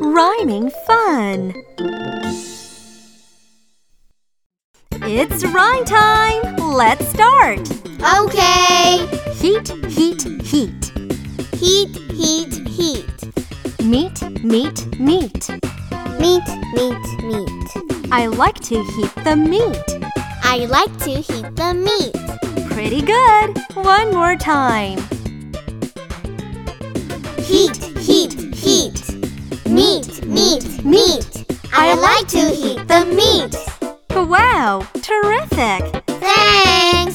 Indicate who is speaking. Speaker 1: Rhyming fun! It's rhyme time! Let's start!
Speaker 2: Okay.
Speaker 1: Heat, heat, heat.
Speaker 2: Heat, heat, heat.
Speaker 1: Meat, meat, meat.
Speaker 2: Meat, meat, meat.
Speaker 1: I like to heat the meat.
Speaker 2: I like to heat the meat.
Speaker 1: Pretty good! One more time.
Speaker 2: Heat, heat, heat. Meat, meat, meat. I like to heat the meat.
Speaker 1: Wow! Terrific!
Speaker 2: Thanks.